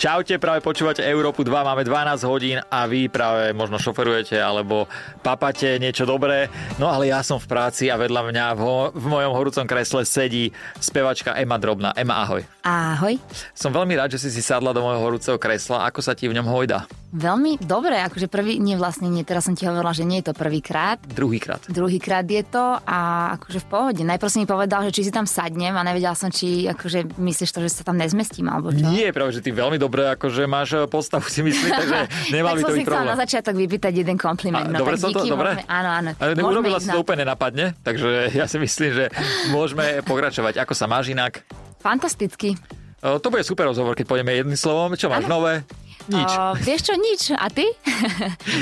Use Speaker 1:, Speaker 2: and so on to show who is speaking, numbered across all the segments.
Speaker 1: Čaute, práve počúvate Európu 2, máme 12 hodín a vy práve možno šoferujete alebo papate niečo dobré. No ale ja som v práci a vedľa mňa v, ho- v mojom horúcom kresle sedí spevačka Ema Drobná. Ema, ahoj.
Speaker 2: Ahoj.
Speaker 1: Som veľmi rád, že si si sadla do môjho horúceho kresla. Ako sa ti v ňom hojda?
Speaker 2: Veľmi dobre, akože prvý, nie vlastne nie, teraz som ti hovorila, že nie je to prvýkrát.
Speaker 1: Druhýkrát.
Speaker 2: Druhýkrát je to a akože v pohode. Najprv si mi povedal, že či si tam sadnem a nevedela som, či akože myslíš to, že sa tam nezmestím alebo čo.
Speaker 1: Nie, práve, že ty veľmi dobre, akože máš eh, postavu, si myslím, takže nemal by
Speaker 2: tak
Speaker 1: to
Speaker 2: som si
Speaker 1: byť
Speaker 2: chcela
Speaker 1: problém.
Speaker 2: na začiatok vypýtať jeden kompliment.
Speaker 1: A
Speaker 2: no,
Speaker 1: dobre
Speaker 2: tak
Speaker 1: som to-
Speaker 2: díky,
Speaker 1: dobre?
Speaker 2: Môžeme, áno, áno.
Speaker 1: Ale
Speaker 2: môžeme
Speaker 1: urobila
Speaker 2: ísť
Speaker 1: si
Speaker 2: na-
Speaker 1: to úplne napadne, takže ja si myslím, že môžeme pokračovať. Ako sa máš inak?
Speaker 2: Fantasticky.
Speaker 1: E, To bude super rozhovor, keď pôjdeme jedným slovom. Čo máš nové? Nič. Eh,
Speaker 2: O, vieš čo, nič. A ty?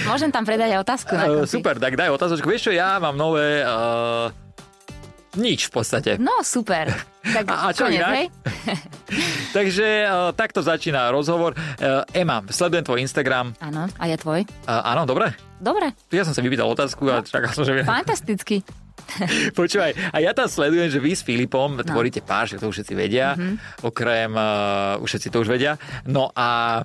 Speaker 2: Môžem tam predať aj otázku. na
Speaker 1: E,
Speaker 2: konci.
Speaker 1: super, tak daj otázočku. Vieš čo, ja mám nové... Uh, nič v podstate.
Speaker 2: No, super. Tak
Speaker 1: A- a čo
Speaker 2: koniec,
Speaker 1: inak?
Speaker 2: hej?
Speaker 1: Takže uh, takto začína rozhovor. Uh, Ema, sledujem tvoj Instagram.
Speaker 2: Áno, a ja
Speaker 1: Uh,
Speaker 2: tvoj.
Speaker 1: áno, dobre?
Speaker 2: Dobre,
Speaker 1: Ja som sa vypýtal otázku a čakal som, že mi...
Speaker 2: fantasticky.
Speaker 1: Počúvaj, a ja tam sledujem, že vy s Filipom tvoríte pár, že to už všetci vedia, okrem, uh, už všetci to už vedia. No a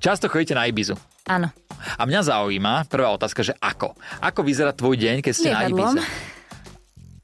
Speaker 1: často chodíte na Ibizu.
Speaker 2: Áno.
Speaker 1: A mňa zaujíma prvá otázka, že ako? Ako vyzerá tvoj deň, keď ste
Speaker 2: Lietadlom.
Speaker 1: na Ibize?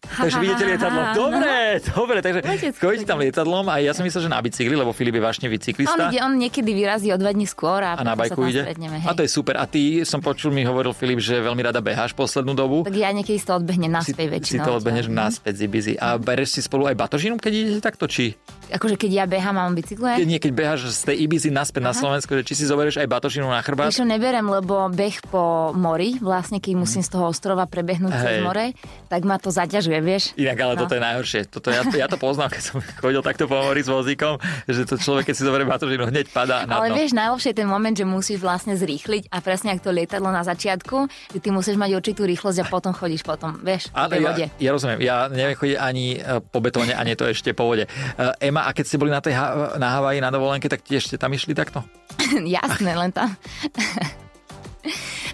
Speaker 1: Takže vidíte lietadlo.
Speaker 2: Áno.
Speaker 1: Dobre, dobre, takže
Speaker 2: Letecké
Speaker 1: chodíte tam lietadlom a ja som myslel, že na bicykli, lebo Filip je vášnivý
Speaker 2: No, On,
Speaker 1: cyklista.
Speaker 2: ide, on niekedy vyrazí o dva dní skôr a,
Speaker 1: A na
Speaker 2: potom sa
Speaker 1: bajku
Speaker 2: tam
Speaker 1: ide.
Speaker 2: Stretneme,
Speaker 1: A to je super. A ty, som počul, mi hovoril Filip, že veľmi rada beháš poslednú dobu.
Speaker 2: Tak ja niekedy si to odbehnem
Speaker 1: si,
Speaker 2: naspäť
Speaker 1: si
Speaker 2: väčšinou.
Speaker 1: to odbehneš naspäť z Ibizy. A bereš si spolu aj batožinu, keď idete takto? Či
Speaker 2: Akože keď ja behám a mám
Speaker 1: keď,
Speaker 2: bicykle,
Speaker 1: nie, keď beháš z tej Ibizy naspäť na Slovensko, že či si zoberieš aj batožinu na chrbát?
Speaker 2: Ešte neberem, lebo beh po mori, vlastne keď musím z toho ostrova prebehnúť
Speaker 1: Mhm. Hej.
Speaker 2: cez more, tak ma to zaťažuje, vieš?
Speaker 1: Inak, ale
Speaker 2: No.
Speaker 1: toto je najhoršie. Toto ja, ja to poznám, keď som chodil takto po mori s vozíkom, že to človek, keď si zoberie batožinu, hneď padá na dno.
Speaker 2: Ale vieš, najlepšie je ten moment, že musíš vlastne zrýchliť a presne ako to lietadlo na začiatku, že ty musíš mať určitú rýchlosť a potom chodíš potom, vieš, po
Speaker 1: Ale
Speaker 2: tej
Speaker 1: ja,
Speaker 2: lode.
Speaker 1: ja rozumiem, ja neviem chodiť ani e, po betóne, ani to ešte po vode. E, Ema, a keď ste boli na, tej, Ha- na Havaji na dovolenke, tak tiež ste tam išli takto?
Speaker 2: Jasné, len tam...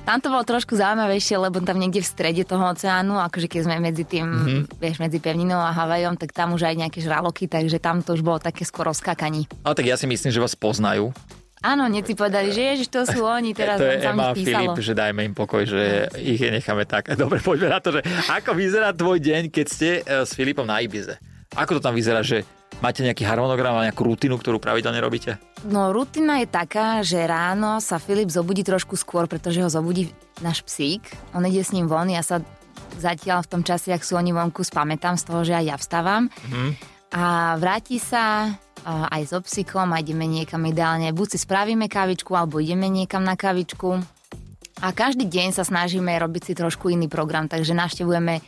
Speaker 2: Tam to bolo trošku zaujímavejšie, lebo tam niekde v strede toho oceánu, akože keď sme medzi tým,
Speaker 1: Mhm.
Speaker 2: mm-hmm. vieš, medzi pevninou a Havajom, tak tam už aj nejaké žraloky, takže tam to už bolo také skoro skákaní.
Speaker 1: Ale tak ja si myslím, že vás poznajú.
Speaker 2: Áno, hneď si povedali, že ježiš, to sú oni, teraz
Speaker 1: to je
Speaker 2: tam sa mi
Speaker 1: Ema a
Speaker 2: písalo.
Speaker 1: Filip, že dajme im pokoj, že ich necháme tak. Dobre, poďme na to, že ako vyzerá tvoj deň, keď ste e, s Filipom na Ibize? Ako to tam vyzerá, že máte nejaký harmonogram a nejakú rutinu, ktorú pravidelne robíte?
Speaker 2: No, rutina je taká, že ráno sa Filip zobudí trošku skôr, pretože ho zobudí náš psík. On ide s ním von, ja sa zatiaľ v tom čase, ak sú oni vonku, spamätám z toho, že aj ja vstávam. Mm-hmm. A vráti sa a aj so psíkom a ideme niekam ideálne. Buď si spravíme kavičku, alebo ideme niekam na kavičku. A každý deň sa snažíme robiť si trošku iný program, takže navštevujeme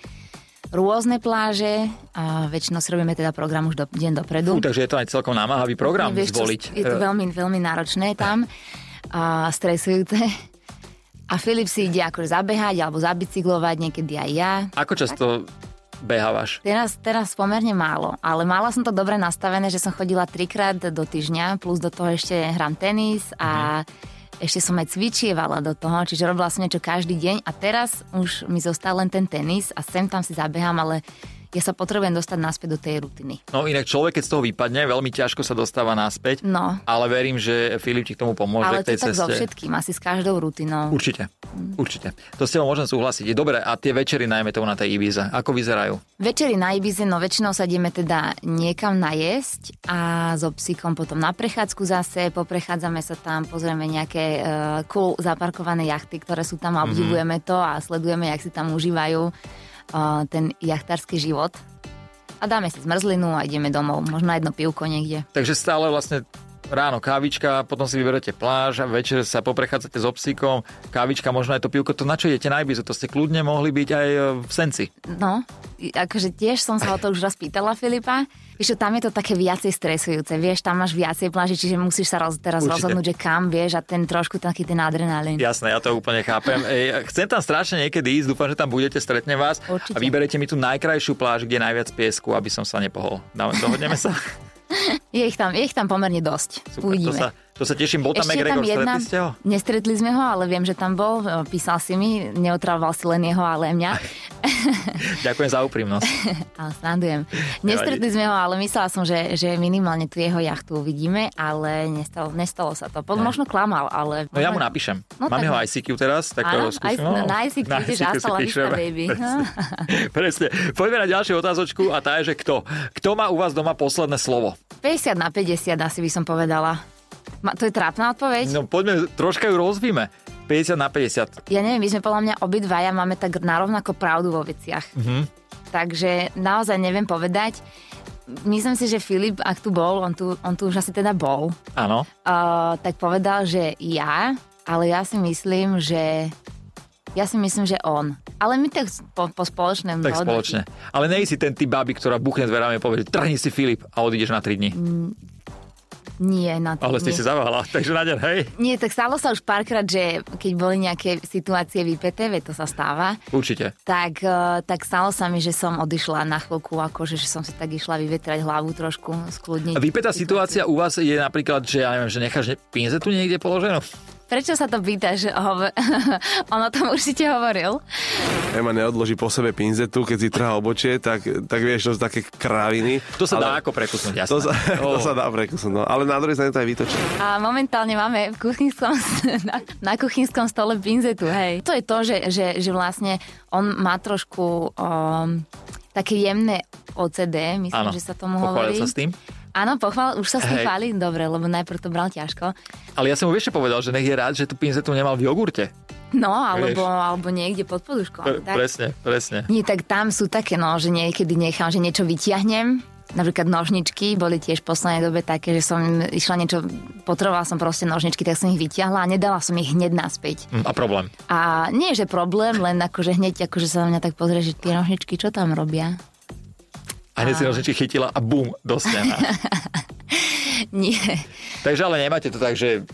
Speaker 2: rôzne pláže a väčšinou si robíme teda program už do, deň dopredu.
Speaker 1: Fú, takže je to aj celkom námahavý program
Speaker 2: Mm. Vieš čo,
Speaker 1: zvoliť. E, Eh.
Speaker 2: Je to veľmi, veľmi náročné tam a stresujúce. A Filip si ide akože zabehať alebo zabicyklovať, niekedy aj ja.
Speaker 1: E, Ako často behávaš?
Speaker 2: Teraz, teraz pomerne málo, ale mala som to dobre nastavené, že som chodila trikrát do týždňa, plus do toho ešte hram tenis
Speaker 1: Mhm.
Speaker 2: a ešte som aj cvičievala do toho, čiže robila som niečo každý deň a teraz už mi zostal len ten tenis a sem tam si zabehám, ale ja sa potrebujem dostať naspäť do tej rutiny.
Speaker 1: No inak človek, keď z toho vypadne, veľmi ťažko sa dostáva naspäť.
Speaker 2: No.
Speaker 1: Ale verím, že Filip ti k tomu pomôže
Speaker 2: ale
Speaker 1: k tej
Speaker 2: to tak Mm.
Speaker 1: ceste.
Speaker 2: so všetkým, asi s každou rutinou.
Speaker 1: Určite, určite. To s tebou môžem súhlasiť. Dobre, a tie večery najmä tomu na tej Ibize, ako vyzerajú?
Speaker 2: Večery na Ibize, no väčšinou sa ideme teda niekam najesť a so psíkom potom na prechádzku zase, poprechádzame sa tam, pozrieme nejaké uh, cool zaparkované jachty, ktoré sú tam a obdivujeme to a sledujeme, jak si tam užívajú uh, ten jachtársky život. A dáme si zmrzlinu a ideme domov, možno jedno pivko niekde.
Speaker 1: Takže stále vlastne ráno kávička, potom si vyberete pláž, a večer sa poprechádzate s obsíkom, kávička, možno aj to pivko, to na čo idete na Ibizu, to ste kľudne mohli byť aj e, v Senci.
Speaker 2: No, i- akože tiež som sa o to už raz pýtala Filipa. Vieš, čo, tam je to také viacej stresujúce. Vieš, tam máš viacej pláži, čiže musíš sa roz, teraz
Speaker 1: Určite.
Speaker 2: rozhodnúť, že kam vieš a ten trošku taký ten adrenalín.
Speaker 1: Jasné, ja to úplne chápem. Ej, chcem tam strašne niekedy ísť, dúfam, že tam budete, stretnem vás a
Speaker 2: Určite.
Speaker 1: vyberete mi tú najkrajšiu pláž, kde je najviac piesku, aby som sa nepohol. Dá- Dohodneme sa?
Speaker 2: Je ich tam, je ich tam pomerne dosť.
Speaker 1: Super, to
Speaker 2: Uvidíme.
Speaker 1: sa, To sa teším, bol tam
Speaker 2: Ešte je
Speaker 1: McGregor,
Speaker 2: tam jedna,
Speaker 1: stretli ste ho?
Speaker 2: nestretli sme ho, ale viem, že tam bol, e, písal si mi, neotravoval si len jeho, ale mňa.
Speaker 1: Ďakujem za úprimnosť.
Speaker 2: Ale srandujem. Nestretli sme ho, ale myslela som, že, že minimálne tu jeho jachtu uvidíme, ale nestalo, nestalo sa to. Pod, možno klamal, ale...
Speaker 1: No ja mu napíšem.
Speaker 2: No
Speaker 1: Mám
Speaker 2: tak-
Speaker 1: jeho ICQ teraz, tak ho
Speaker 2: Áno,
Speaker 1: skúsim.
Speaker 2: aj-
Speaker 1: No,
Speaker 2: na ICQ ideš,
Speaker 1: ICQ si
Speaker 2: zastala
Speaker 1: píšeme.
Speaker 2: výška, baby.
Speaker 1: Presne. Presne. Poďme na ďalšiu otázočku a tá je, že kto? Kto má u vás doma posledné slovo?
Speaker 2: 50 na 50 asi by som povedala. Ma, to je trápna odpoveď?
Speaker 1: No poďme, troška ju rozvíme. 50 na 50.
Speaker 2: Ja neviem, my sme podľa mňa obidvaja máme tak narovnako pravdu vo veciach.
Speaker 1: Mhm.
Speaker 2: Takže naozaj neviem povedať. Myslím si, že Filip, ak tu bol, on tu, on tu už asi teda bol,
Speaker 1: Áno.
Speaker 2: uh, tak povedal, že ja, ale ja si myslím, že ja si myslím, že on. Ale my tak po, po spoločnom
Speaker 1: Tak
Speaker 2: hodnotí-
Speaker 1: spoločne. Ale nej si ten typ baby, ktorá buchne dverami a povie, trhni si Filip a odídeš na 3 dní.
Speaker 2: Nie, na to
Speaker 1: Ale ste
Speaker 2: Mm, nie.
Speaker 1: si zaváhala, takže na deň, hej.
Speaker 2: Nie, tak stalo sa už párkrát, že keď boli nejaké situácie vypeté, veď to sa stáva,
Speaker 1: Určite.
Speaker 2: tak, eh, tak stalo sa mi, že som odišla na chvíľku, akože že som si tak išla vyvetrať hlavu trošku, skľudniť.
Speaker 1: A vypätá situácia u vás je napríklad, že ja neviem, že necháš ne- pinzetu niekde položenú?
Speaker 2: Prečo sa to pýtaš? Hovor... on o tom určite hovoril.
Speaker 3: Ema neodloží po sebe pinzetu, keď si trhá obočie, tak, tak vieš, to sú také kraviny.
Speaker 1: To sa
Speaker 3: ale...
Speaker 1: dá ako prekusnúť, jasné.
Speaker 3: To sa,
Speaker 1: Oh.
Speaker 3: to sa dá prekusnúť, no. ale na druhej strane to aj vytočí.
Speaker 2: A momentálne máme v kuchynskom, na, na kuchynskom stole pinzetu, hej. To je to, že, že, že vlastne on má trošku um, také jemné OCD, myslím,
Speaker 1: Áno.
Speaker 2: že sa tomu
Speaker 1: Pochválil
Speaker 2: hovorí.
Speaker 1: sa s tým.
Speaker 2: Áno, pochval, už sa s
Speaker 1: Hej.
Speaker 2: tým chváli, dobre, lebo najprv to bral ťažko.
Speaker 1: Ale ja som mu ešte povedal, že nech je rád, že tú pinzetu nemal v jogurte.
Speaker 2: No, alebo, alebo niekde pod poduškou.
Speaker 1: Pre,
Speaker 2: ale tak.
Speaker 1: presne, presne.
Speaker 2: Nie, tak tam sú také, no, že niekedy nechám, že niečo vytiahnem. Napríklad nožničky boli tiež v poslednej dobe také, že som išla niečo, potrebovala som proste nožničky, tak som ich vytiahla a nedala som ich hneď naspäť.
Speaker 1: Mm, A problém.
Speaker 2: A nie, že problém, len akože hneď akože sa na mňa tak pozrie, že tie nožničky čo tam robia.
Speaker 1: A hneď si nožničky chytila a bum, do stena.
Speaker 2: Nie.
Speaker 1: Takže ale nemáte to tak, že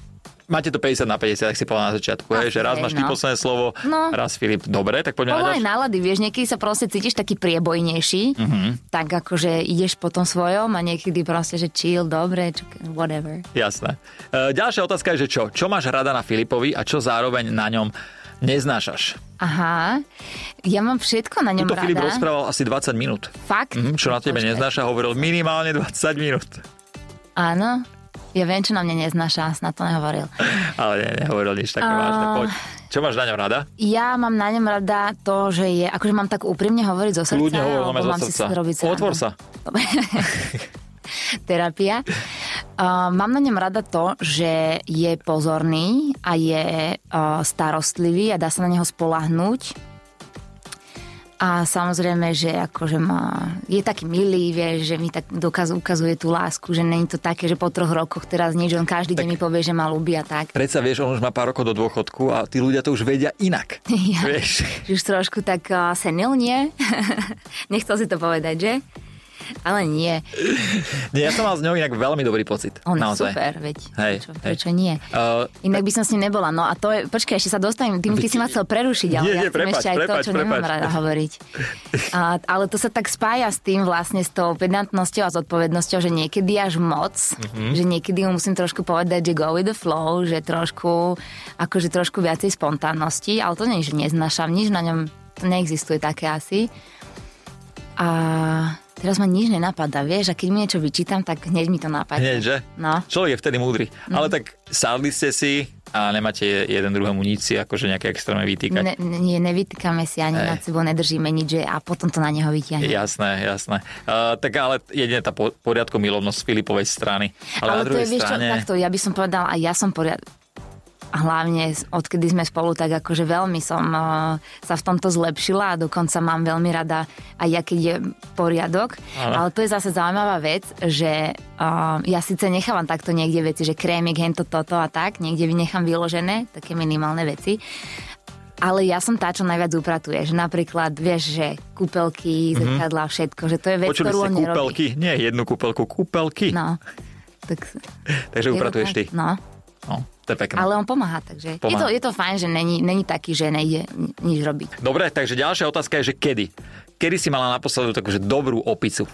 Speaker 1: máte to 50 na 50, tak si povedal na začiatku, hej,
Speaker 2: Asi
Speaker 1: že raz
Speaker 2: hej,
Speaker 1: máš ty
Speaker 2: no.
Speaker 1: posledné slovo,
Speaker 2: No.
Speaker 1: raz Filip. Dobre, tak poďme na
Speaker 2: Podľa aj
Speaker 1: ďalšie.
Speaker 2: nálady, vieš, niekedy sa proste cítiš taký priebojnejší,
Speaker 1: Mhm.
Speaker 2: tak akože ideš po tom svojom a niekedy proste, že chill, dobre, čo, whatever.
Speaker 1: Jasné. E, ďalšia otázka je, že čo? Čo máš rada na Filipovi a čo zároveň na ňom neznášaš?
Speaker 2: Aha, ja mám všetko na ňom
Speaker 1: Tuto
Speaker 2: rada.
Speaker 1: Filip rozprával asi 20 minút.
Speaker 2: Fakt?
Speaker 1: Mhm, čo na tebe
Speaker 2: Počkaj.
Speaker 1: neznáša, hovoril minimálne 20 minút.
Speaker 2: Áno, ja viem, čo na mňa neznáša, snad to nehovoril.
Speaker 1: Ale ne, nehovoril nič také
Speaker 2: A-
Speaker 1: vážne. Poď. Čo máš na ňom rada?
Speaker 2: Ja mám na ňom rada to, že je, akože mám tak úprimne hovoriť zo srdca,
Speaker 1: Ľudne hovoril
Speaker 2: alebo
Speaker 1: máme zo
Speaker 2: mám si
Speaker 1: srdca.
Speaker 2: robiť srandu.
Speaker 1: Otvor sa.
Speaker 2: Dobre. Terapia. Uh, mám na ňom rada to, že je pozorný a je uh, starostlivý a dá sa na neho spolahnúť. A samozrejme, že akože má, je taký milý, vieš, že mi tak dokaz, ukazuje tú lásku, že není to také, že po troch rokoch teraz nič, on každý deň mi povie, že ma ľubí a tak.
Speaker 1: Predsa vieš, on už má pár rokov do dôchodku a tí ľudia to už vedia inak.
Speaker 2: Ja.
Speaker 1: Vieš?
Speaker 2: Že už trošku tak uh, senil, nie? Nechcel si to povedať, že? Ale nie.
Speaker 1: Nie, ja som mal z ňou inak veľmi dobrý pocit.
Speaker 2: On
Speaker 1: naozaj.
Speaker 2: je super, veď.
Speaker 1: Hej,
Speaker 2: prečo,
Speaker 1: hej.
Speaker 2: prečo nie?
Speaker 1: Uh,
Speaker 2: Inak by som s ním nebola. No a to je... Počkaj, ešte sa dostanem. Tým, ty si ma chcel prerušiť, ale
Speaker 1: Nie,
Speaker 2: ja
Speaker 1: nie,
Speaker 2: chcem
Speaker 1: prepáč,
Speaker 2: ešte aj
Speaker 1: prepáč,
Speaker 2: to, čo nemám
Speaker 1: prepáč.
Speaker 2: rada hovoriť. A, ale to sa tak spája s tým vlastne, s tou pedantnosťou a zodpovednosťou, že niekedy až moc,
Speaker 1: Mhm.
Speaker 2: že niekedy mu musím trošku povedať, že go with the flow, že trošku, akože trošku viacej spontánnosti, ale to nie, je, že neznašam nič na ňom, to neexistuje také asi. A teraz ma nič nenapadá, vieš, a keď mi niečo vyčítam, tak hneď mi to napadne.
Speaker 1: hneď, že?
Speaker 2: No.
Speaker 1: Človek je vtedy múdry.
Speaker 2: Mhm.
Speaker 1: Ale tak sadli ste si a nemáte jeden druhému nič si, akože nejaké extrémne vytýkať.
Speaker 2: Ne, ne, nie, nevytýkame si ani
Speaker 1: Hej.
Speaker 2: nad sebou, nedržíme nič že a potom to na neho vyťahne.
Speaker 1: Jasné, jasné. Uh, tak ale jedine tá po- poriadko milovnosť Filipovej strany. Ale, na
Speaker 2: Ale to
Speaker 1: druhej
Speaker 2: je, vieš čo,
Speaker 1: strane...
Speaker 2: takto, ja by som povedal, a ja som poriad... A hlavne s- odkedy sme spolu, tak akože veľmi som eh, sa v tomto zlepšila a dokonca mám veľmi rada aj ja, keď je poriadok.
Speaker 1: Áno.
Speaker 2: Ale to je zase zaujímavá vec, že eh, ja síce nechávam takto niekde veci, že krémik, hento, toto a tak, niekde vynechám vyložené, také minimálne veci. Ale ja som tá, čo najviac upratuje. Že napríklad, vieš, že kúpelky, zrkadla, všetko, že to je vec,
Speaker 1: Mhm. Počuli
Speaker 2: ktorú
Speaker 1: ste
Speaker 2: on nerobí.
Speaker 1: kúpelky? Nie jednu kúpelku, kúpelky.
Speaker 2: No. Tak,
Speaker 1: Takže upratuješ ty.
Speaker 2: No.
Speaker 1: No, to je pekné.
Speaker 2: Ale on pomáha, takže
Speaker 1: Pomáha.
Speaker 2: Je, to, je to fajn, že není, není taký, že nejde ni- nič robiť.
Speaker 1: Dobre, takže ďalšia otázka je, že kedy? Kedy si mala naposledy takúže dobrú opicu?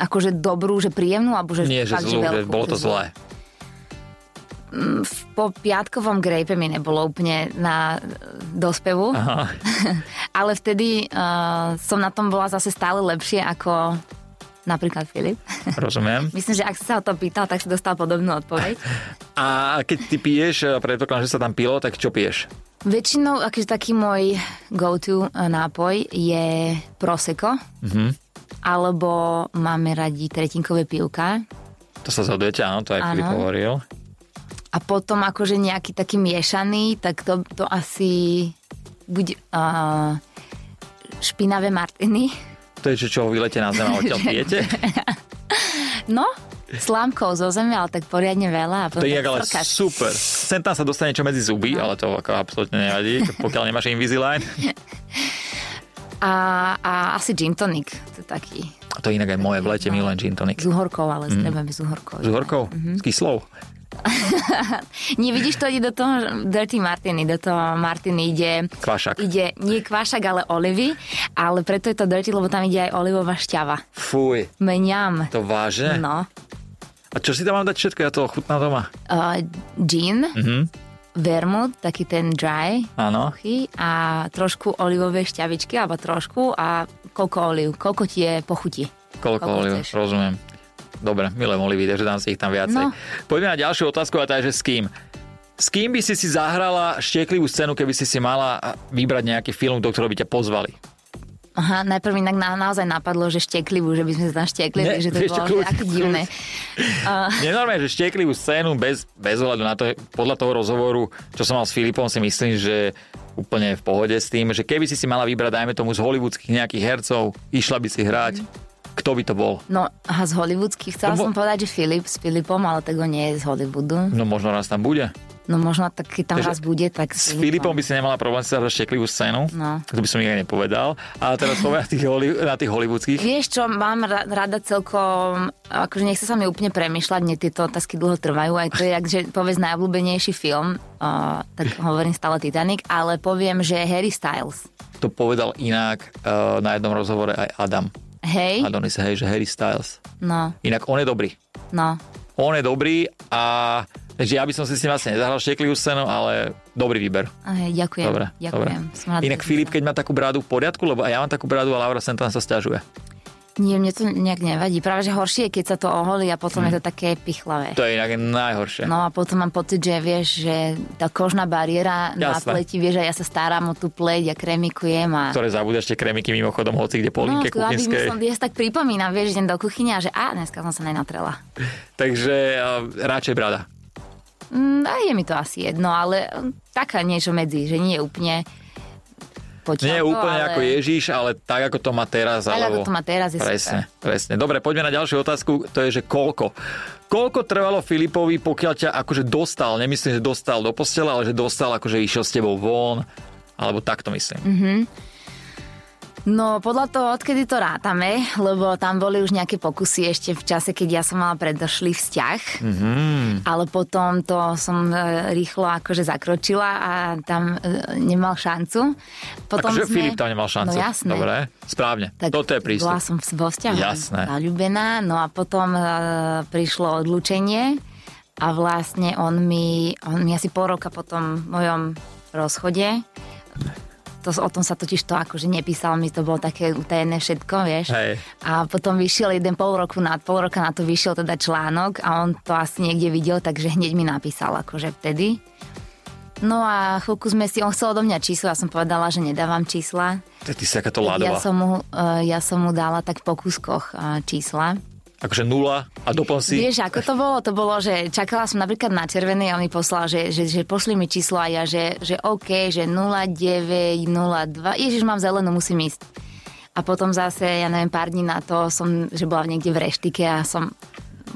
Speaker 2: Akože dobrú, že príjemnú, alebo že
Speaker 1: Nie, že
Speaker 2: fakt,
Speaker 1: zlú, že
Speaker 2: veľkú,
Speaker 1: bolo to
Speaker 2: zlú.
Speaker 1: zlé.
Speaker 2: Mm, v- Po piatkovom grejpe mi nebolo úplne na dospevu,
Speaker 1: Aha.
Speaker 2: ale vtedy uh, som na tom bola zase stále lepšie ako napríklad Filip.
Speaker 1: Rozumiem.
Speaker 2: Myslím, že ak si sa o to pýtal, tak si dostal podobnú odpoveď.
Speaker 1: A keď ty piješ, eh, predpokladám, že sa tam pilo, tak čo piješ?
Speaker 2: Väčšinou akože taký môj go-to eh, nápoj je proseko,
Speaker 1: Mhm.
Speaker 2: alebo máme radi tretinkové pivka
Speaker 1: To sa zhodujete, áno, to aj Filip
Speaker 2: Áno.
Speaker 1: hovoril.
Speaker 2: a potom akože nejaký taký miešaný, tak to, to asi buď uh, špinavé martiny,
Speaker 1: To je, že čo vylete na zem a odtiaľ pijete?
Speaker 2: no, slámkou zo zeme, ale tak poriadne veľa. A
Speaker 1: To
Speaker 2: potom
Speaker 1: je inak ale
Speaker 2: frkáš.
Speaker 1: super. Sem tam sa dostane čo medzi zuby, ale to ako absolútne nevadí, pokiaľ nemáš Invisalign.
Speaker 2: A, a asi gin tonic, to je taký
Speaker 1: A to je inak aj moje v lete, milujem gin tonic.
Speaker 2: s uhorkou, ale
Speaker 1: Mhm.
Speaker 2: mm. treba by s uhorkou.
Speaker 1: S horkou?
Speaker 2: Mhm.
Speaker 1: S kyslou?
Speaker 2: Nie, vidíš, to ide do toho Dirty Martiny, do toho Martiny ide...
Speaker 1: Kvašak.
Speaker 2: Ide nie kvašak, ale olivy, ale preto je to dirty, lebo tam ide aj olivová šťava.
Speaker 1: Fuj,
Speaker 2: Mňam.
Speaker 1: to vážne?
Speaker 2: No.
Speaker 1: A čo si tam mám dať všetko? Ja to chutná doma.
Speaker 2: Uh, gin,
Speaker 1: Mhm.
Speaker 2: vermut, taký ten dry,
Speaker 1: Áno.
Speaker 2: suchý a trošku olivové šťavičky, alebo trošku a koľko oliv, koľko ti je pochutí.
Speaker 1: Koľko
Speaker 2: Koľko
Speaker 1: oliv,
Speaker 2: chceš?
Speaker 1: rozumiem. Dobre, milujem olivy, takže dám si ich tam viacej.
Speaker 2: No.
Speaker 1: Poďme na ďalšiu otázku a tá je, že s kým? S kým by si si zahrala šteklivú scénu, keby si si mala vybrať nejaký film, do ktorého by ťa pozvali?
Speaker 2: Aha, najprv inak na, naozaj napadlo, že šteklivú, že by sme sa tam štekli,
Speaker 1: Ne,
Speaker 2: takže to
Speaker 1: vieš čo,
Speaker 2: bolo že
Speaker 1: kľud,
Speaker 2: aké
Speaker 1: kľud.
Speaker 2: divné.
Speaker 1: Nenormálne, že šteklivú scénu bez, bez ohľadu na to, podľa toho rozhovoru, čo som mal s Filipom, si myslím, že úplne v pohode s tým, že keby si si mala vybrať, dajme tomu, z hollywoodských nejakých hercov, išla by si hrať,
Speaker 2: Mhm.
Speaker 1: kto by to bol?
Speaker 2: No a z hollywoodských, chcela
Speaker 1: Lebo-
Speaker 2: som povedať, že Filip s Filipom, ale tak on nie je z Hollywoodu.
Speaker 1: No možno raz tam bude.
Speaker 2: No možno tak, keď tam
Speaker 1: Takže
Speaker 2: raz bude, tak
Speaker 1: S Filipom by si nemala problém si zahrať šteklivú scénu,
Speaker 2: No.
Speaker 1: to by som nikdy nepovedal, ale teraz povedať tých holi, na tých hollywoodských.
Speaker 2: Vieš čo, mám ra- rada celkom, akože nechce sa mi úplne premyšľať, mne tieto otázky dlho trvajú, aj to je, ak, že povedz najobľúbenejší film, uh, tak hovorím stále Titanic, ale poviem, že Harry Styles.
Speaker 1: To povedal inak uh, na jednom rozhovore aj Adam.
Speaker 2: Hej?
Speaker 1: Adonis, hej, že Harry Styles.
Speaker 2: No,
Speaker 1: Inak on je dobrý.
Speaker 2: no.
Speaker 1: On je dobrý a že ja by som si s ním asi nezahral šteklivú scénu, ale dobrý výber.
Speaker 2: Aj, ďakujem,
Speaker 1: Dobre,
Speaker 2: ďakujem.
Speaker 1: dobre.
Speaker 2: Som rada,
Speaker 1: Inak
Speaker 2: že
Speaker 1: Filip,
Speaker 2: som-
Speaker 1: keď má takú brádu v poriadku, lebo aj ja mám takú brádu a Laura Santana sa stiažuje.
Speaker 2: Nie, mne to nejak nevadí. Práve, že horšie je, keď sa to oholí a potom je to také pichlavé.
Speaker 1: Mhm. To je inak najhoršie.
Speaker 2: No a potom mám pocit, že vieš, že tá kožná bariéra na
Speaker 1: Jasné.
Speaker 2: pleti, vieš, a ja sa starám o tú pleť a kremikujem a...
Speaker 1: Ktoré zabúdaš tie kremiky mimochodom hoci kde po
Speaker 2: No,
Speaker 1: linke
Speaker 2: to aby
Speaker 1: kuchynskej.
Speaker 2: som, ja si tak pripomínam, vieš, idem do kuchyne a že a, dneska som sa nenatrela.
Speaker 1: Takže eh, radšej brada.
Speaker 2: Mm, a je mi to asi jedno, ale mm, taká niečo medzi, že nie je úplne počiatko,
Speaker 1: Nie úplne
Speaker 2: No ale...
Speaker 1: ale... ako Ježiš, ale tak ako to má teraz.
Speaker 2: Tak,
Speaker 1: alebo...
Speaker 2: ako to má teraz, je
Speaker 1: Presne, presne. Dobre, poďme na ďalšiu otázku. To je, že koľko? Koľko trvalo Filipovi, pokiaľ ťa akože dostal, nemyslím, že dostal do postela, ale že dostal, akože išiel s tebou von, alebo takto myslím.
Speaker 2: Mhm. No podľa toho, odkedy to rátame, lebo tam boli už nejaké pokusy ešte v čase, keď ja som mala predošlý vzťah,
Speaker 1: Mm-hmm.
Speaker 2: ale potom to som e, rýchlo akože zakročila a tam e, nemal šancu. Potom
Speaker 1: Takže Akože Filip tam nemal šancu.
Speaker 2: No jasné.
Speaker 1: Dobre, správne. Tak Toto je prístup.
Speaker 2: Bola som v- vo vzťahu.
Speaker 1: Jasné.
Speaker 2: Zalúbená, no a potom e, prišlo odlúčenie a vlastne on mi, on mi asi pol roka po tom mojom rozchode, to, o tom sa totiž to akože nepísal, mi to bolo také utajené všetko, vieš.
Speaker 1: Hej.
Speaker 2: A potom vyšiel jeden pol roku na, pol roka na to vyšiel teda článok a on to asi niekde videl, takže hneď mi napísal akože vtedy. No a chvíľku sme si, on chcel odo mňa číslo, ja som povedala, že nedávam čísla.
Speaker 1: Ty, ty si takáto
Speaker 2: Ja
Speaker 1: ľadová.
Speaker 2: som, mu, eh, ja som mu dala tak po kúskoch eh, čísla.
Speaker 1: Akože nula a doplň si...
Speaker 2: Vieš, ako to bolo? To bolo, že čakala som napríklad na červený a on mi poslal, že, že, že pošli mi číslo a ja, že, že OK, že 0902. Ježiš, mám zelenú, musím ísť. A potom zase, ja neviem, pár dní na to som, že bola niekde v reštike a som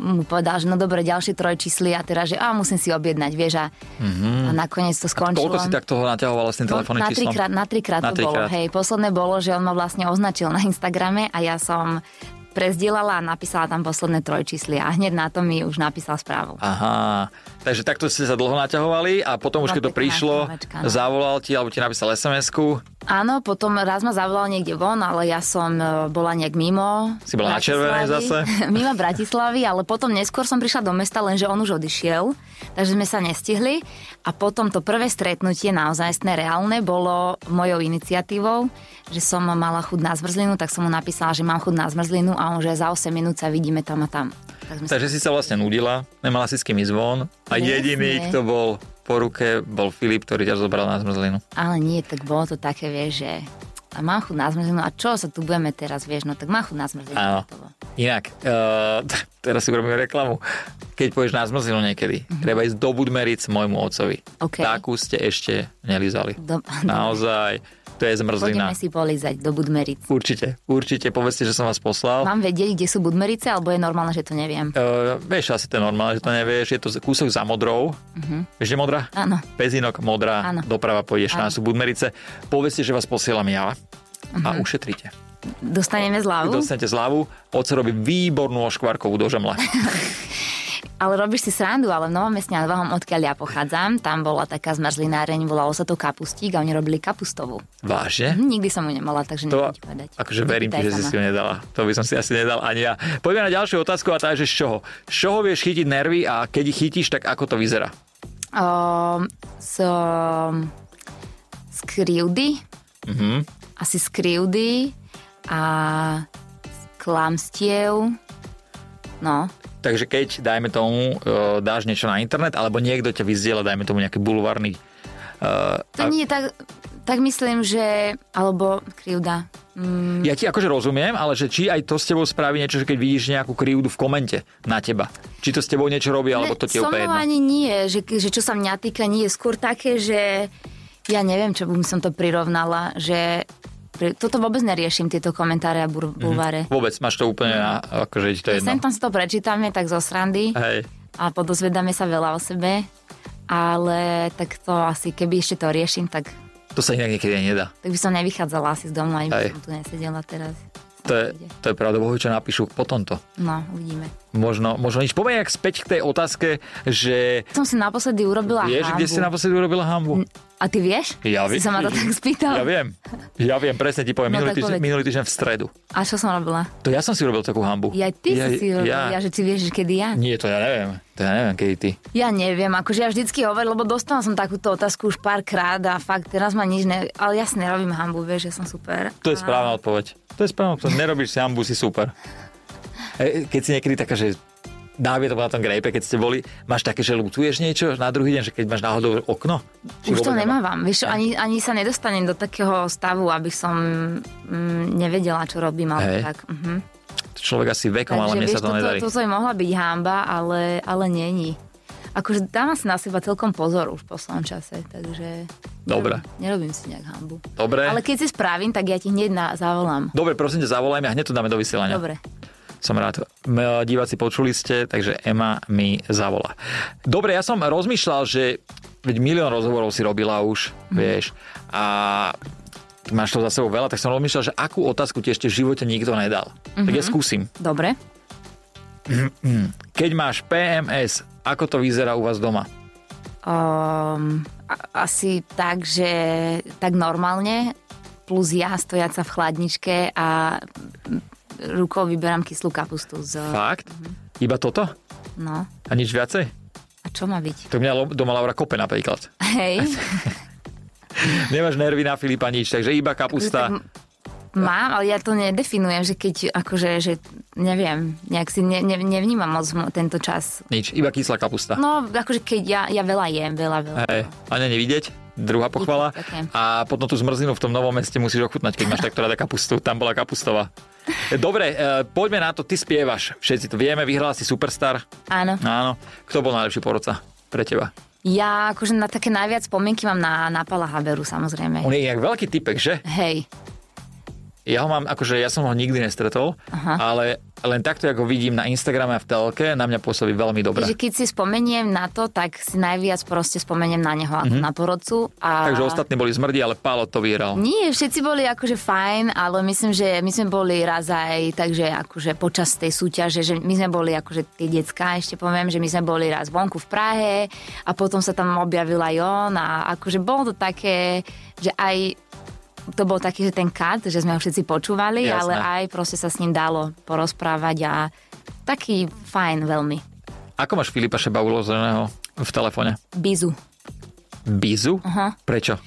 Speaker 2: mu povedal, že no dobre, ďalšie trojčísly a teraz, že a musím si objednať, vieš, a, mm-hmm. a nakoniec to skončilo.
Speaker 1: Mhm. Koľko si tak toho naťahovala s
Speaker 2: No,
Speaker 1: tým telefónnym
Speaker 2: na
Speaker 1: číslom?
Speaker 2: trikrát, na trikrát
Speaker 1: Na
Speaker 2: to
Speaker 1: trikrát.
Speaker 2: bolo, hej. Posledné bolo, že on ma vlastne označil na Instagrame a ja som prezdielala a napísala tam posledné trojčísly a hneď na to mi už napísal správu.
Speaker 1: Aha, takže takto ste sa dlho naťahovali a potom už
Speaker 2: Bola
Speaker 1: keď to
Speaker 2: pekná
Speaker 1: prišlo,
Speaker 2: chvíľočka, no.
Speaker 1: zavolal ti alebo ti napísal SMS-ku
Speaker 2: Áno, potom raz ma zavolal niekde von, ale ja som e, bola nejak mimo.
Speaker 1: Si bola na červenej
Speaker 2: Bratislavy.
Speaker 1: zase?
Speaker 2: mimo Bratislavy, ale potom neskôr som prišla do mesta, lenže on už odišiel, takže sme sa nestihli. A potom to prvé stretnutie naozajstné reálne bolo mojou iniciatívou, že som mala chuť na zmrzlinu, tak som mu napísala, že mám chuť na zmrzlinu a on že za 8 minút sa vidíme tam a tam. Tak sme sa
Speaker 1: Takže si sa vlastne nudila, nemala si s kým ísť von a
Speaker 2: Presne.
Speaker 1: jediný, kto bol po ruke, bol Filip, ktorý ťa zobral na zmrzlinu.
Speaker 2: Ale nie, tak bolo to také, vieš, že a mám chuť na zmrzlinu a čo sa tu budeme teraz, vieš, no tak mám chuť na zmrzlinu.
Speaker 1: Áno.
Speaker 2: To bolo.
Speaker 1: Inak, uh, teraz si urobím reklamu. Keď pôjdeš na zmrzlinu niekedy, treba ísť do Budmeric môjmu otcovi.
Speaker 2: Mhm. OK.
Speaker 1: Takú ste ešte nelizali.
Speaker 2: Do,
Speaker 1: Naozaj, to je zmrzlina.
Speaker 2: Poďme si polízať do Budmeric.
Speaker 1: Určite, určite, povedzte, že som vás poslal.
Speaker 2: Mám vedieť, kde sú Budmerice, alebo je normálne, že to neviem?
Speaker 1: Uh, vieš, asi to je normálne, že to nevieš. Je to z- kúsok za modrou. Uh-huh. Vieš, kde je modrá?
Speaker 2: Mhm. Áno.
Speaker 1: Pezinok, modrá,
Speaker 2: Áno.
Speaker 1: doprava pôjdeš na sú Budmerice. Povedzte, že vás posielam ja a
Speaker 2: Mhm.
Speaker 1: ušetríte.
Speaker 2: Dostaneme zľavu,
Speaker 1: Dostanete zľavu, oco robí výbornú oškvarkovú do žemla.
Speaker 2: ale robíš si srandu, ale v Novom meste nad Váhom, odkiaľ ja pochádzam, tam bola taká zmrzlináreň, volalo sa to kapustík a oni robili kapustovú.
Speaker 1: Vážne?
Speaker 2: Hm, Nikdy som ju nemala, takže
Speaker 1: To,
Speaker 2: neviem ti povedať.
Speaker 1: akože verím ti,
Speaker 2: Nepýtaj
Speaker 1: že
Speaker 2: sa
Speaker 1: si
Speaker 2: ma.
Speaker 1: si ju nedala. To by som si asi nedal ani ja. Poďme na ďalšiu otázku a tá je, že z čoho? Z čoho vieš chytiť nervy a keď ich chytíš, tak ako to vyzerá?
Speaker 2: Um, z, um, z krivdy.
Speaker 1: Mhm.
Speaker 2: Asi z krivdy a z klamstiev. No,
Speaker 1: Takže keď, dajme tomu, e, dáš niečo na internet, alebo niekto ťa vyzdiela, dajme tomu nejaký bulvárny... e, a-
Speaker 2: to nie je tak... Tak myslím, že... Alebo krivda. Mm,
Speaker 1: Ja ti akože rozumiem, ale že či aj to s tebou spraví niečo, že keď vidíš nejakú krivdu v komente na teba. Či to s tebou niečo robí, alebo to ti je
Speaker 2: so
Speaker 1: úplne
Speaker 2: mnou
Speaker 1: jedno.
Speaker 2: ani nie, že, že čo sa mňa týka, nie je skôr také, že ja neviem, čo by som to prirovnala, že pri- toto vôbec neriešim, tieto komentáre a bur- bulváre. Mm-hmm.
Speaker 1: Vôbec, máš to úplne na... Akože ti Mhm. to je
Speaker 2: Sem
Speaker 1: jedno.
Speaker 2: tam si to prečítame, tak zo srandy.
Speaker 1: Hej.
Speaker 2: a podozvedáme sa veľa o sebe, ale tak to asi, keby ešte to riešim, tak,
Speaker 1: To sa inak niekedy aj nedá.
Speaker 2: tak by som nevychádzala asi z domu, ani by
Speaker 1: Hej.
Speaker 2: som tu nesedela teraz.
Speaker 1: To je, to je pravda, bohu, čo napíšu po tomto.
Speaker 2: No, uvidíme.
Speaker 1: Možno, možno nič. Poďme jak späť k tej otázke, že
Speaker 2: Som si naposledy urobila
Speaker 1: vieš,
Speaker 2: hambu.
Speaker 1: kde si naposledy urobila hambu?
Speaker 2: A ty vieš?
Speaker 1: Ja viem.
Speaker 2: si sa ma to tak spýtal.
Speaker 1: Ja viem, ja viem, presne ti poviem,
Speaker 2: No
Speaker 1: minulý,
Speaker 2: tak
Speaker 1: týždeň,
Speaker 2: povedz.
Speaker 1: minulý týždeň v stredu.
Speaker 2: A čo som robila?
Speaker 1: To ja som si urobil takú hambu.
Speaker 2: Ja ty ja, si si robil, ja.
Speaker 1: ja,
Speaker 2: že ty vieš, že kedy ja.
Speaker 1: Nie, to ja neviem. To ja neviem, kedy ty.
Speaker 2: Ja neviem, akože ja vždycky hovorím, lebo dostala som takúto otázku už párkrát a fakt teraz ma nič ne... Ale ja si nerobím hambu, vieš, že som super.
Speaker 1: To je
Speaker 2: A-
Speaker 1: správna odpoveď. To je správna odpoveď. Nerobíš si hambu, si super. E, Keď si niekedy taká, že Dávid to bolo na tom grejpe, keď ste boli, máš také, že lutuješ niečo na druhý deň, že keď máš náhodou okno? Či
Speaker 2: Už to
Speaker 1: vôbec
Speaker 2: nemávam, vieš, čo, ani, ani sa nedostanem do takého stavu, aby som mm, nevedela, čo robím, alebo
Speaker 1: Hej.
Speaker 2: tak. Uh-huh.
Speaker 1: Človek asi vekom, ale mne sa
Speaker 2: vieš,
Speaker 1: to
Speaker 2: toto,
Speaker 1: nedarí.
Speaker 2: toto by mohla byť hamba, ale, ale není. Akože dávam si na seba celkom pozor už v poslednom čase, takže...
Speaker 1: Dobre.
Speaker 2: Nerobím, nerobím si nejak hambu.
Speaker 1: Dobre.
Speaker 2: Ale keď si spravím, tak ja ti hneď na, zavolám.
Speaker 1: Dobre, prosím ťa, zavolaj mi a hneď to dáme do vysielania.
Speaker 2: Dobre.
Speaker 1: Som rád. M, Diváci počuli ste, takže Ema mi zavolá. Dobre, ja som rozmýšľal, že veď milión rozhovorov si robila už, vieš, a máš to za sebou veľa, tak som rozmýšľal, že akú otázku ti ešte v živote nikto nedal. Tak ja skúsim.
Speaker 2: Dobre.
Speaker 1: Keď máš PMS, ako to vyzerá u vás doma?
Speaker 2: Um, a- asi tak, že tak normálne, plus ja stojaca v chladničke a mm, rukou vyberám kyslú kapustu z...
Speaker 1: Fakt? Iba toto?
Speaker 2: No,
Speaker 1: A nič viacej?
Speaker 2: a čo má byť?
Speaker 1: To mňa lo- doma Laura kope napríklad.
Speaker 2: Hej,
Speaker 1: Nemáš nervy na Filipa nič, takže iba kapusta.
Speaker 2: mám, ale ja to nedefinujem, že keď akože, že neviem, nejak si ne, ne, nevnímam moc mo- tento čas.
Speaker 1: Nič, iba kyslá kapusta.
Speaker 2: No, akože keď ja, ja veľa jem, veľa, veľa.
Speaker 1: Hej, a není vidieť, druhá pochvala.
Speaker 2: Ďakujem.
Speaker 1: A potom tú zmrzlinu v tom novom meste musíš ochutnať, keď máš takto rada kapustu. Tam bola kapustová. Dobre, e, poďme na to, ty spievaš. Všetci to vieme, vyhrala si Superstar.
Speaker 2: Áno.
Speaker 1: Áno. Kto bol najlepší porodca pre teba?
Speaker 2: Ja akože na také najviac spomienky mám na, na Pala Haberu, samozrejme.
Speaker 1: On je inak veľký typek, že?
Speaker 2: Hej,
Speaker 1: Ja ho mám, akože ja som ho nikdy nestretol,
Speaker 2: Aha.
Speaker 1: ale len takto, ako vidím na Instagrame a v telke, na mňa pôsobí veľmi dobre.
Speaker 2: Čiže keď si spomeniem na to, tak si najviac proste spomeniem na neho ako na porodcu. A...
Speaker 1: Takže ostatní boli zmrdí, ale Pálo to vyhral.
Speaker 2: Nie, všetci boli akože fajn, ale myslím, že my sme boli raz aj, takže akože počas tej súťaže, že my sme boli akože tie decka, ešte poviem, že my sme boli raz vonku v Prahe a potom sa tam objavila aj on a akože bolo to také, že aj to bol taký, že ten kat, že sme ho všetci počúvali,
Speaker 1: Jasné.
Speaker 2: Jasné. ale aj proste sa s ním dalo porozprávať a taký fajn veľmi.
Speaker 1: Ako máš Filipa Šeba uloženého v telefóne?
Speaker 2: Bizu.
Speaker 1: Bizu? Aha. Prečo?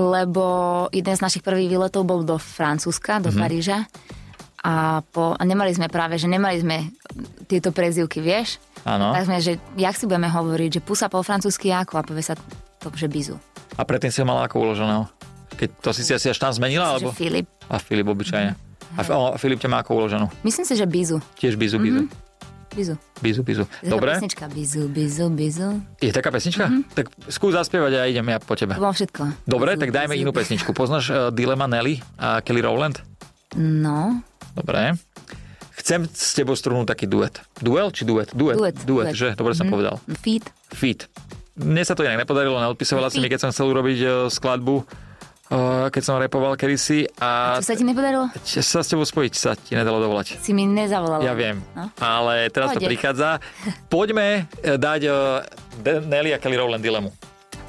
Speaker 2: lebo jeden z našich prvých výletov bol do Francúzska,
Speaker 1: Mhm.
Speaker 2: do mm-hmm. Paríža. A, po, a nemali sme práve, že nemali sme tieto prezivky, vieš?
Speaker 1: Áno.
Speaker 2: Tak sme, že jak si budeme hovoriť, že pusa po francúzsky ako a povie sa to, že bizu.
Speaker 1: A predtým si ho mala ako uloženého? Keď to si si asi až tam zmenila? Alebo...
Speaker 2: Alebo... Že Mhm. Filip.
Speaker 1: A Filip obyčajne. A, F- o, Filip ťa má ako uloženú.
Speaker 2: Myslím si, že bizu.
Speaker 1: Tiež bizu, bizu. Mm-hmm.
Speaker 2: Bizu.
Speaker 1: Bizu, bizu.
Speaker 2: Je taká
Speaker 1: Dobre?
Speaker 2: Mhm. Pesnička Mhm. bizu, bizu, bizu.
Speaker 1: Je taká pesnička? Mm-hmm. Tak skús zaspievať a idem ja po
Speaker 2: To
Speaker 1: tebe.
Speaker 2: bolo všetko.
Speaker 1: Dobre,
Speaker 2: Bizu,
Speaker 1: tak dajme
Speaker 2: bizu.
Speaker 1: inú pesničku. Poznáš uh, Dilema Nelly a Kelly Rowland?
Speaker 2: No,
Speaker 1: Dobre. Chcem s tebou strunúť taký duet. Duel či duet? Duet.
Speaker 2: Duet,
Speaker 1: duet,
Speaker 2: duet. Mhm.
Speaker 1: že? Dobre som povedal.
Speaker 2: fit.
Speaker 1: Fit. Mne sa to inak nepodarilo, neodpisovala si mi, keď som chcel urobiť e, skladbu, e, keď som repoval kedysi a,
Speaker 2: Čo sa ti nepodarilo?
Speaker 1: Č- sa s tebou spojiť sa ti nedalo dovolať.
Speaker 2: Si mi nezavolala.
Speaker 1: Ja viem,
Speaker 2: No.
Speaker 1: ale teraz to
Speaker 2: Pohode.
Speaker 1: prichádza. Poďme e, dať e, De- Nelly a Kelly Rowland dilemu.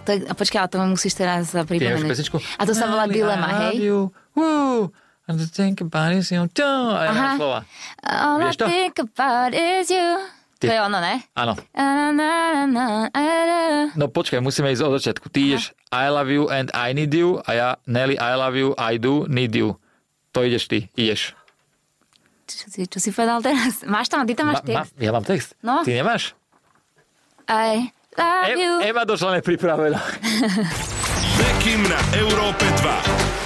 Speaker 2: To, je- a počkaj, ale to mi musíš teraz
Speaker 1: Ty
Speaker 2: eh,
Speaker 1: nevieš
Speaker 2: pripomenúť.
Speaker 1: pesničku?
Speaker 2: A to sa volá
Speaker 1: Nelly,
Speaker 2: Dilema,
Speaker 1: I love
Speaker 2: hej?
Speaker 1: You. Woo. And to think about it, you don't. A ja
Speaker 2: Aha.
Speaker 1: mám slova.
Speaker 2: All
Speaker 1: Vieš to?
Speaker 2: I think about is you.
Speaker 1: Ty-
Speaker 2: To je ono, ne?
Speaker 1: Áno.
Speaker 2: Na, na, na, na, na.
Speaker 1: No počkaj, musíme ísť od začiatku. Ty ideš I love you and I need you a ja Nelly I love you, I do, need you. To ideš ty, ideš.
Speaker 2: Čo, si, čo si povedal teraz? Máš tam, ty tam máš text.
Speaker 1: ja mám text.
Speaker 2: No.
Speaker 1: Ty nemáš?
Speaker 2: I love you.
Speaker 1: E- Eva došla nepripravená.
Speaker 4: Bekim na Európe 2.